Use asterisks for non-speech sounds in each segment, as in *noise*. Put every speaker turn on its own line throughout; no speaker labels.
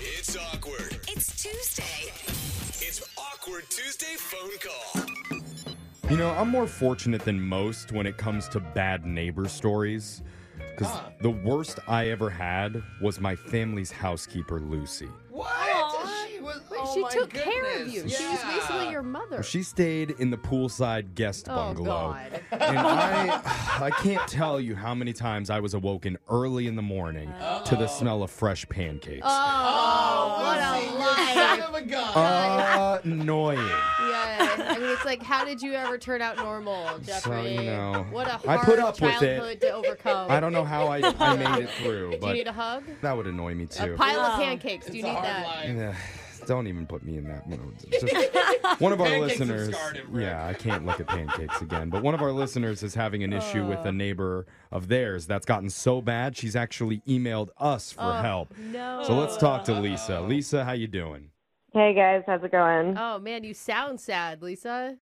It's awkward.
It's Tuesday.
It's awkward Tuesday phone call.
You know, I'm more fortunate than most when it comes to bad neighbor stories. Because the worst I ever had was my family's housekeeper, Lucy.
What? She was. Oh
she
my
took care of
goodness.
you. She was basically your mother.
She stayed in the poolside guest
oh
bungalow.
God. *laughs*
And I, I can't tell you how many times I was awoken early in the morning to the smell of fresh pancakes.
Oh, what a
Son
lie.
of a gun.
Annoying.
yeah. I mean, it's like, how did you ever turn out normal, Jeffrey?
you know,
what a
I
hard
put up with it.
childhood to overcome.
I don't know how I, I made it
*laughs*
through,
Do you
but
need a hug?
that would annoy me too.
A pile of pancakes. Do
It's
you
a
need
hard
that?
life.
Yeah, don't even put me in that mood. It's
*laughs*
just- one of our
Pancakes have
listeners.
scarred him, Rick.
Yeah, I can't look at pancakes again. But one of our listeners is having an issue
Uh.
with a neighbor of theirs that's gotten so bad she's actually emailed us for
Uh.
help.
No.
So let's talk to Lisa. Lisa, how you doing?
Hey guys, how's it going?
Oh man, you sound sad, Lisa.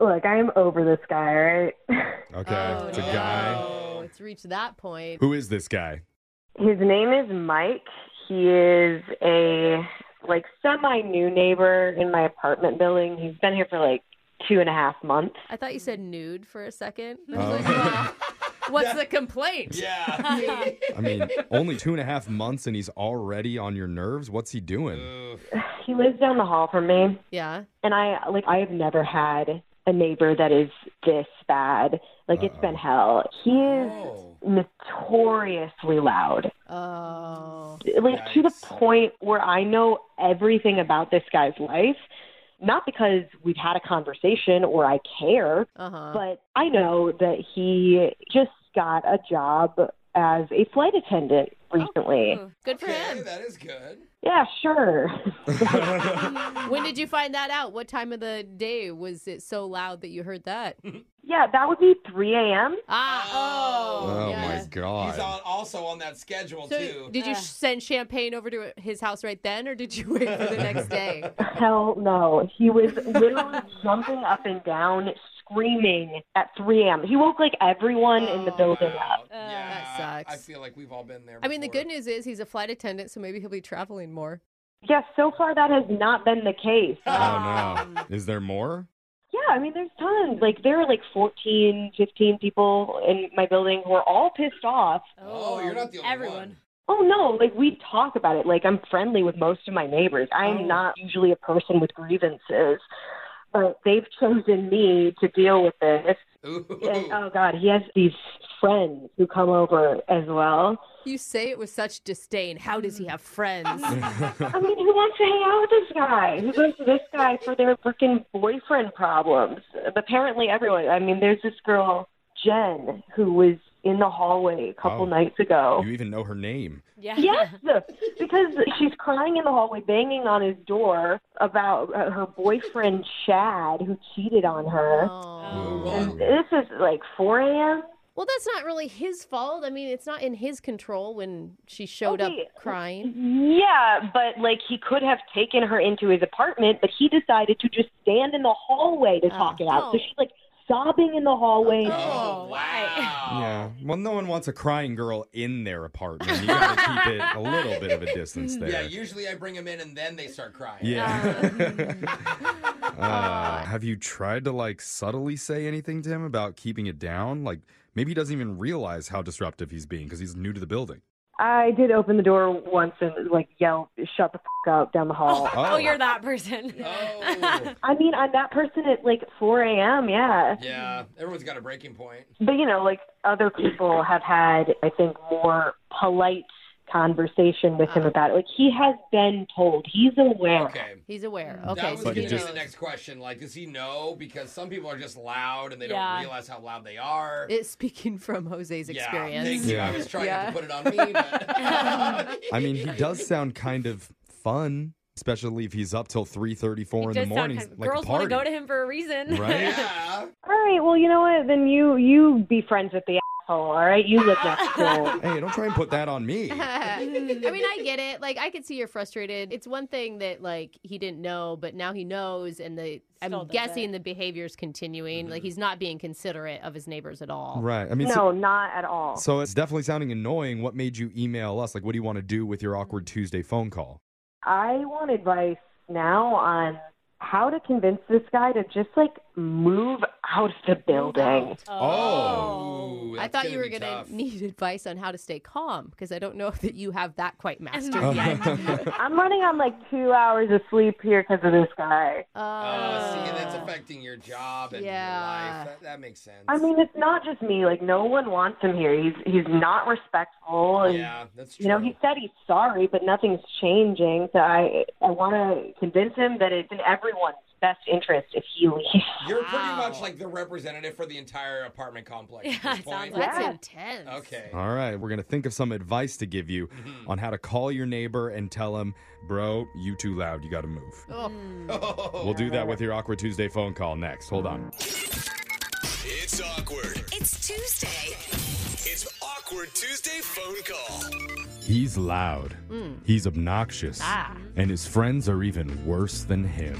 Look, I am over this guy, all right? *laughs*
Okay,
Oh,
it's a
no. Oh,
guy.
It's reached that point.
Who is this guy?
His name is Mike. He is a like semi new neighbor in my apartment building. He's been here for like two and a half months.
I thought you said nude for a second. I
*laughs* Oh.
*laughs* was like, well, what's the complaint?
Yeah.
I
*laughs*
mean, only two and a half months and he's already on your nerves. What's he doing?
He lives down the hall from me,
Yeah.
and I like I have never had a neighbor that is this bad. Like it's been hell. He is
Oh.
notoriously loud.
Oh.
like to the
Yikes.
point where I know everything about this guy's life. Not because we've had a conversation or I care,
Uh huh.
but I know that he just got a job as a flight attendant recently.
Good for
Okay,
him.
that is good.
Yeah, sure. *laughs*
When did you find that out? What time of the day was it so loud that you heard that?
yeah, that would be 3 a.m.
Ah. Oh.
Oh
yeah.
my god.
He's on, also on that schedule
So
too.
did you send champagne over to his house right then, or did you wait for the
*laughs*
next day?
Hell no. He was literally jumping up and down, screaming at 3 a.m. He woke like everyone in the building
Wow.
up.
yeah,
Uh, That sucks.
I feel like we've all been there.
I mean, the
before.
good news is he's a flight attendant, so maybe he'll be traveling more.
Yeah, so far that has not been the case.
oh
*laughs*
no. Is there more?
Yeah, I mean, there's tons. Like, there are like 14, 15 people in my building who are all pissed off.
Oh, you're not the only one.
Oh, no, like, we talk about it. Like, I'm friendly with most of my neighbors. I'm
Oh.
not usually a person with grievances. But they've chosen me to deal with this.
Ooh.
And, oh, God, he has these friends who come over as well.
You say it with such disdain. How does he have
*laughs*
friends?
I mean, who wants to hang out with this guy? Who goes to this guy for their freaking boyfriend problems? Apparently, everyone. I mean, there's this girl, Jen, who was in the hallway a couple
Oh.
nights ago.
You even know her name.
Yes, because she's crying in the hallway, banging on his door about uh, her boyfriend, Shad, who cheated on her.
Oh.
Ooh.
And this is like 4 a.m.
Well, that's not really his fault. I mean, it's not in his control when she showed
Okay.
up crying.
Yeah, but like he could have taken her into his apartment, but he decided to just stand in the hallway to talk it out. So she's like sobbing in the hallway.
Oh, wow.
Yeah. Well, no one wants a crying girl in their apartment. You got to keep it a little bit of a distance there.
Yeah, usually I bring them in and then they start crying.
Yeah. *laughs* uh, have you tried to like subtly say anything to him about keeping it down? Like maybe he doesn't even realize how disruptive he's being because he's new to the building.
I did open the door once and like yell, "Shut the f- up!" down
*laughs*
the hall.
Oh, you're
that person.
Oh.
I mean, I'm that person at like 4 a.m. Yeah,
Yeah, everyone's got a breaking point.
but you know, like other people have had, I think, more polite conversation with him about it. Like he has been told, he's aware.
Uh-huh. Okay.
He's aware.
that
Okay,
was
so
going
he
to be
knows.
the next question. Like, does he know? Because some people are just loud and they
Yeah.
don't realize how loud they are.
It's speaking from Jose's
Yeah,
experience.
thank you.
Yeah.
I was trying
Yeah.
to put it on me.
*laughs*
But... *laughs*
I mean, he does sound kind of fun, especially if he's up till three thirty four in the morning. like
girls want
a party,
to go to him for a reason. *laughs*
right?
*laughs*
yeah.
All right, well, you know what? Then you you be friends with the asshole. All right, you live next
*laughs*
door.
hey, don't try and put that on
*laughs*
me.
I *laughs* mean, I get it. Like, I could see you're frustrated. It's one thing that like he didn't know, but now he knows, and the
Still
I'm
does
guessing
it.
the behavior's continuing.
Mm-hmm.
Like, he's not being considerate of his neighbors at all.
Right. I mean, so-
No, not at all.
So it's definitely sounding annoying. What made you email us? Like, what do you want to do with your awkward Tuesday phone call?
I want advice now on how to convince this guy to just like move out of the building.
*laughs*
uh,
Oh,
I
that's
thought you were
be
going to
tough.
need *laughs* advice on how to stay calm because I don't know *laughs* that you have
*laughs*
that quite mastered
Oh.
*laughs*
yet.
I'm running on like two hours of sleep here because of this guy.
Uh, see, and
Oh.
that's
Uh,
affecting your job and
yeah.
your life. That, that makes sense.
I mean, it's not just me. Like, no one wants him here. He's he's not respectful. And,
yeah, that's true.
You know, he said he's sorry, but nothing's changing. So I I want to convince him that it's in everyone's best interest if he leaves. *laughs*
You're pretty
Wow.
much like the representative for the entire apartment
*laughs*
complex.
Yeah,
at this
it
point.
sounds like
that's
Yeah.
intense.
Okay.
*laughs* All right, we're going to think of some advice to give you on how to call your neighbor and tell him, bro, you too loud. You got to move.
Oh,
We'll do that with your Awkward Tuesday phone call next. Hold on.
It's awkward.
It's Tuesday.
It's awkward Tuesday phone call.
He's loud.
Mm.
He's obnoxious.
Ah.
And his friends are even worse
*laughs*
than him.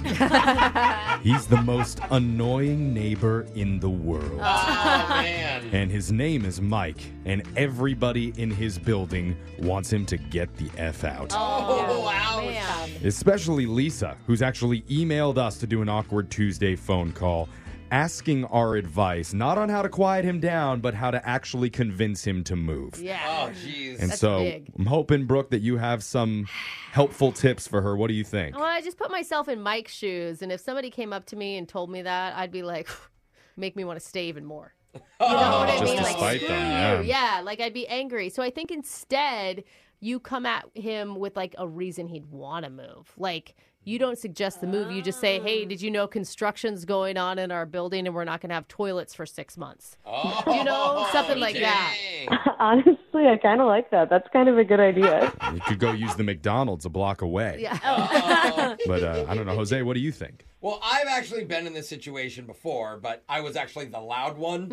He's the most annoying neighbor in the world.
Oh man.
And his name is Mike, and everybody in his building wants him to get the F out.
Oh, ouch.
man.
Especially Lisa, who's actually emailed us to do an awkward Tuesday phone call, asking our advice, not on how to quiet him down, but how to actually convince him to move.
Yeah.
Oh, jeez.
And
That's
so
big.
I'm hoping, Brooke, that you have some helpful tips for her. What do you think?
Well, I just put myself in Mike's shoes, and if somebody came up to me and told me that, I'd be like, *laughs* make me want to stay even more.
*laughs*
You know what I
just
mean?
to
Like,
spite them,
screw
yeah.
Um,
you. Yeah, like I'd be angry. So I think instead you come at him with like a reason he'd want to move. Like you don't suggest the move. You just say, "Hey, did you know construction's going on in our building and we're not going to have toilets for 6 months?"
Oh,
you know, something like that.
that.
Honestly, I kind of like that. That's kind of a good
*laughs*
idea.
You could go use the McDonald's a block away.
Yeah.
Oh.
But uh, I don't know. Jose, what do you think?
Well, I've actually been in this situation before, but I was actually the loud one.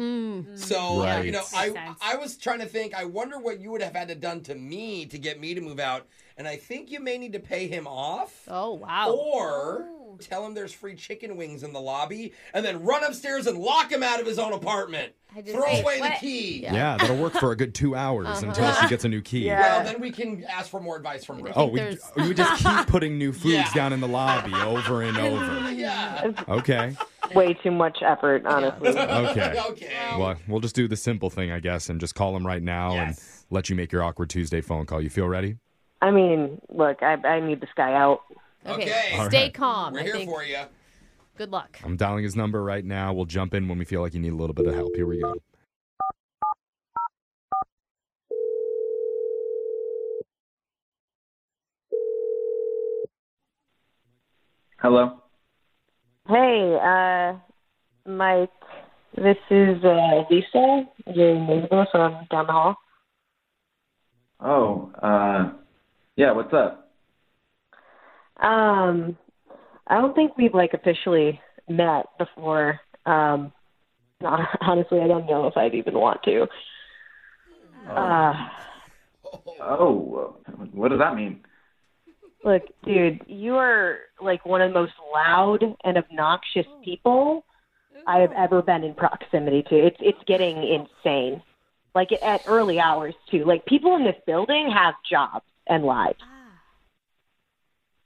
So
Right.
you know,
Makes
I
sense.
I was trying to think. I wonder what you would have had to done to me to get me to move out. And I think you may need to pay him off.
Oh, wow.
Or tell him there's free chicken wings in the lobby, and then run upstairs and lock him out of his own apartment.
I just-
Throw
Wait,
away the
what?
key.
Yeah, that'll work for a good two hours
Uh-huh.
until she gets a new key.
Yeah.
Well, then we can ask for more advice from Rose.
Oh, we,
There's-
we
*laughs*
just keep putting new foods
Yeah.
down in the lobby
*laughs*
over and over.
yeah.
Okay.
Way too much effort,
*laughs*
honestly.
Okay.
Okay.
Well, we'll just do the simple thing, I guess, and just call him right now
Yes.
and let you make your awkward Tuesday phone call. You feel ready?
I mean, look, I, I need this guy out.
Okay.
Okay. All
Stay
right.
calm.
We're
I
here
think.
for you.
Good luck.
I'm dialing his number right now. We'll jump in when we feel like you need a little bit of help. Here we go.
Hello.
Hey, uh, Mike, this is uh, Lisa, your neighbor from down the hall.
Oh, uh, yeah. What's up?
Um, I don't think we've like officially met before. Um, *laughs* no, honestly, I don't know if I'd even want to. Uh,
Oh, what does that mean?
look, dude, you are like one of the most loud and obnoxious people I have ever been in proximity to. It's it's getting insane. Like at early hours too. Like people in this building have jobs and lives.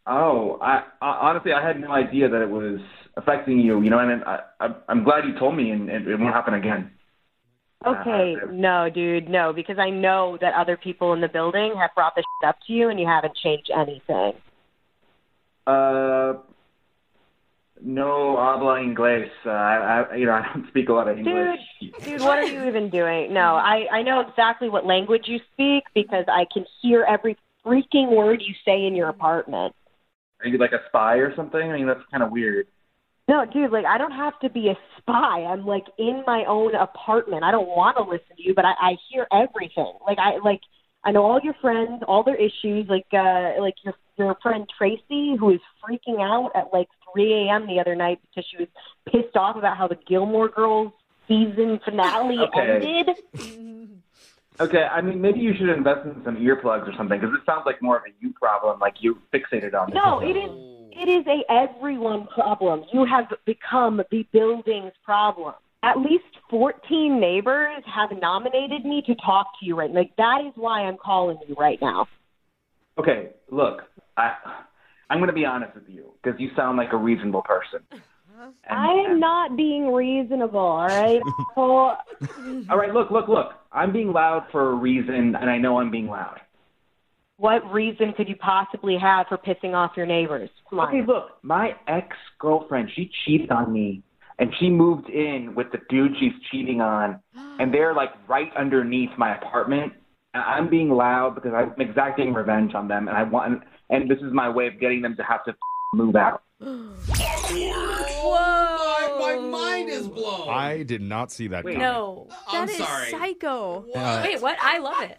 Oh, I, I honestly I had no idea that it was affecting you. You know, and I, I I'm glad you told me, and it, it won't happen again.
Okay,
Uh,
no, dude, no, because I know that other people in the building have brought this shit up to you and you haven't changed anything.
Uh, no habla inglés. Uh, I, I you know *laughs* I don't speak a lot of English.
Dude, what are you even doing? No, I, I know exactly what language you speak because I can hear every freaking word you say in your apartment.
Are you like a spy or something? I mean, that's kind of weird.
No, dude, like I don't have to be a spy. I'm like in my own apartment. I don't want to listen to you, but I, I hear everything. Like I like I know all your friends, all their issues. Like uh like your your friend Tracy, who was freaking out at like 3 a.m. the other night because she was pissed off about how the Gilmore Girls season finale
Okay.
ended.
Okay, I mean maybe you should invest in some earplugs or something because it sounds like more of a you problem. Like you fixated on it.
No, it is it is a everyone problem. You have become the building's problem. At least 14 neighbors have nominated me to talk to you right now. Like that is why I'm calling you right now.
Okay, look, I I'm going to be honest with you because you sound like a reasonable person. And-
I am not being reasonable, all
*laughs*
right? Well,
All right, look, look, look. I'm being loud for a reason, and I know I'm being loud.
what reason could you possibly have for pissing off your neighbors? Come on.
Okay, look, my ex girlfriend, she cheated on me, and she moved in with the dude she's cheating on, and they're like right underneath my apartment. And I'm being loud because I'm exacting revenge on them, and I want, and this is my way of getting them to have to move out.
Awkward.
Whoa.
My, my mind is blown.
I did not see that.
Wait.
coming.
No.
I'm
That is
sorry.
psycho.
Wait, what? I love it.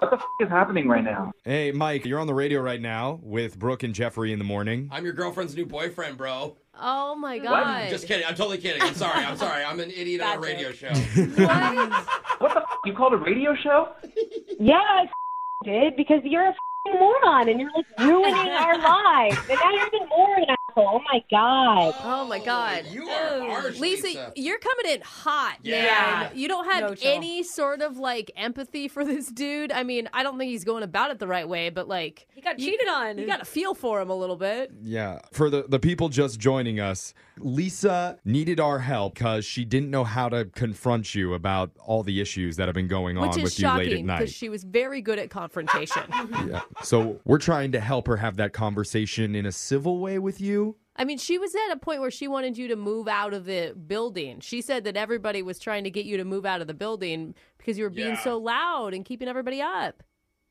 What the f- is happening right now?
Hey, Mike, you're on the radio right now with Brooke and Jeffrey in the morning.
I'm your girlfriend's new boyfriend, bro.
Oh my god.
Just kidding. I'm totally kidding. I'm sorry. I'm sorry. I'm an idiot on a
Bad
radio
joke.
show.
What the f- you called a radio show?
Yeah, I did because you're a moron and you're like ruining
*laughs*
our lives. And now you're even more an asshole. Oh my god.
Oh my god.
You are harsh,
Lisa,
Lisa.
you're coming in hot,
Yeah.
man. You don't have
No chill.
any sort of like empathy for this dude. I mean, I don't think he's going about it the right way, but like
He got cheated on.
you got to feel for him a little bit.
Yeah. For the, the people just joining us, Lisa needed our help because she didn't know how to confront you about all the issues that have been going
Which
on
is
with you late at
shocking
night.
because she was very good
*laughs*
at confrontation.
yeah. So we're trying to help her have that conversation in a civil way with you.
I mean, she was at a point where she wanted you to move out of the building. She said that everybody was trying to get you to move out of the building because you were being
Yeah.
so loud and keeping everybody up.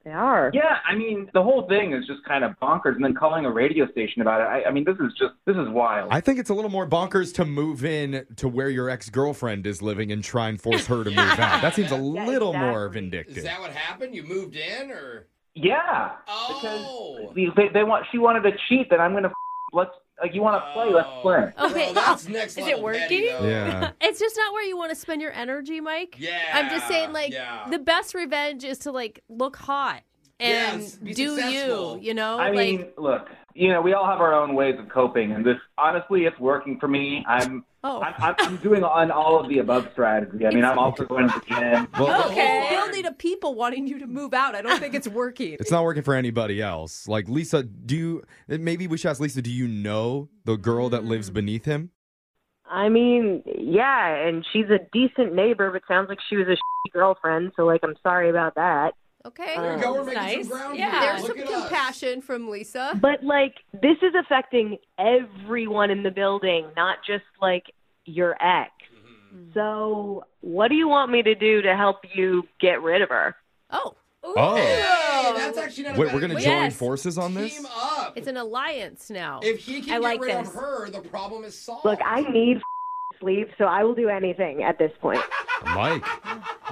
They are.
Yeah, I mean, the whole thing is just kind of bonkers, and then calling a radio station about it. I, I mean, this is just this is wild.
I think it's a little more bonkers to move in to where your ex girlfriend is living and try and force her to move out. That seems a
Yeah,
little more
exactly.
vindictive.
Is that what happened? You moved in, or
yeah,
oh,
because they, they want she wanted to cheat. Then I'm going to f- let's like you want to play, let's play.
Okay.
Oh. Well, that's next
Is it
level petty,
working?
though.
yeah.
*laughs* It's just not where you want to spend your energy, Mike.
Yeah,
I'm just saying, like,
yeah.
the best revenge is to, like, look hot and
Yes, be
do
successful.
you, you know?
I
Oh, like,
mean, look, you know, we all have our own ways of coping, and this honestly, it's working for me. I'm.
oh.
I'm, I'm- I'm doing on all of the above strategy. I mean, I'm also going to the gym.
Well,
oh, okay.
Okay.
building of people wanting you to move out. I don't think it's working.
it's not working for anybody else. Like, Lisa, do you, maybe we should ask Lisa, do you know the girl that lives beneath him?
I mean, yeah, and she's a decent neighbor, but sounds like she was a shitty girlfriend, so like I'm sorry about that.
*laughs* Okay.
Um,
There you go. We're
That's
making
nice.
some ground.
Yeah.
here.
There's
Look at
some
us.
compassion from Lisa.
But like this is affecting everyone in the building, not just like your ex. So, what do you want me to do to help you get rid of her?
Oh,
Ooh.
Oh.
Hey, that's actually not. a
Wait,
bad
we're going to
idea.
join
Yes.
forces on this?
team up.
it's an alliance now.
If he can
I
get
like
rid of
this.
her, the problem is solved.
Look, I need *laughs* sleep, so I will do anything at this point.
Mike,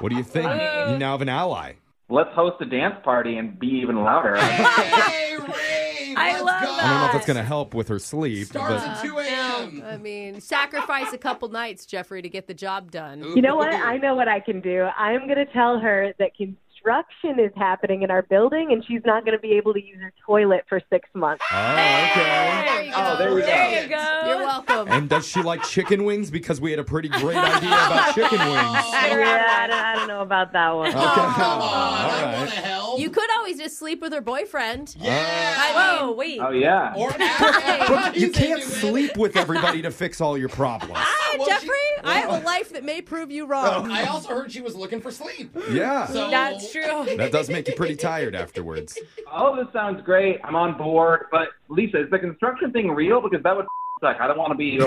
what do you think? You now have an ally.
Let's host a dance party and be even
*laughs*
louder.
*laughs* Hey, rave.
I
let's
love
go.
I don't know if
that.
that's going to help with her sleep,
Starts
but
at 2 a.m.
No, Um, I mean, sacrifice a couple nights, Jeffrey, to get the job done.
You know what? I know what I can do. I'm going to tell her that construction is happening in our building, and she's not going to be able to use her toilet for six months.
oh, okay.
There you go.
Oh, there we go.
There you go.
You're welcome.
And does she like chicken wings? Because we had a pretty great idea about chicken wings.
Yeah, I don't, I don't know about that one.
Okay.
Oh, Come on. I
All
want to
right.
help.
You could always just sleep with her boyfriend.
yeah.
I
Whoa,
mean,
wait.
Oh yeah.
*laughs*
Or ask-
But you
He's
can't
into it.
sleep with everybody to fix
*laughs*
all your problems.
ah,
Well, she-
Jeffrey, I have a life that may prove you wrong.
I also heard she was looking for sleep.
Yeah.
*laughs* So
That's true.
that does make you pretty tired afterwards.
All of this sounds great. I'm on board. But Lisa, is the construction thing real? Because that would suck. I don't want to be.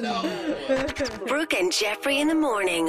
No.
Brooke and Jeffrey in the morning.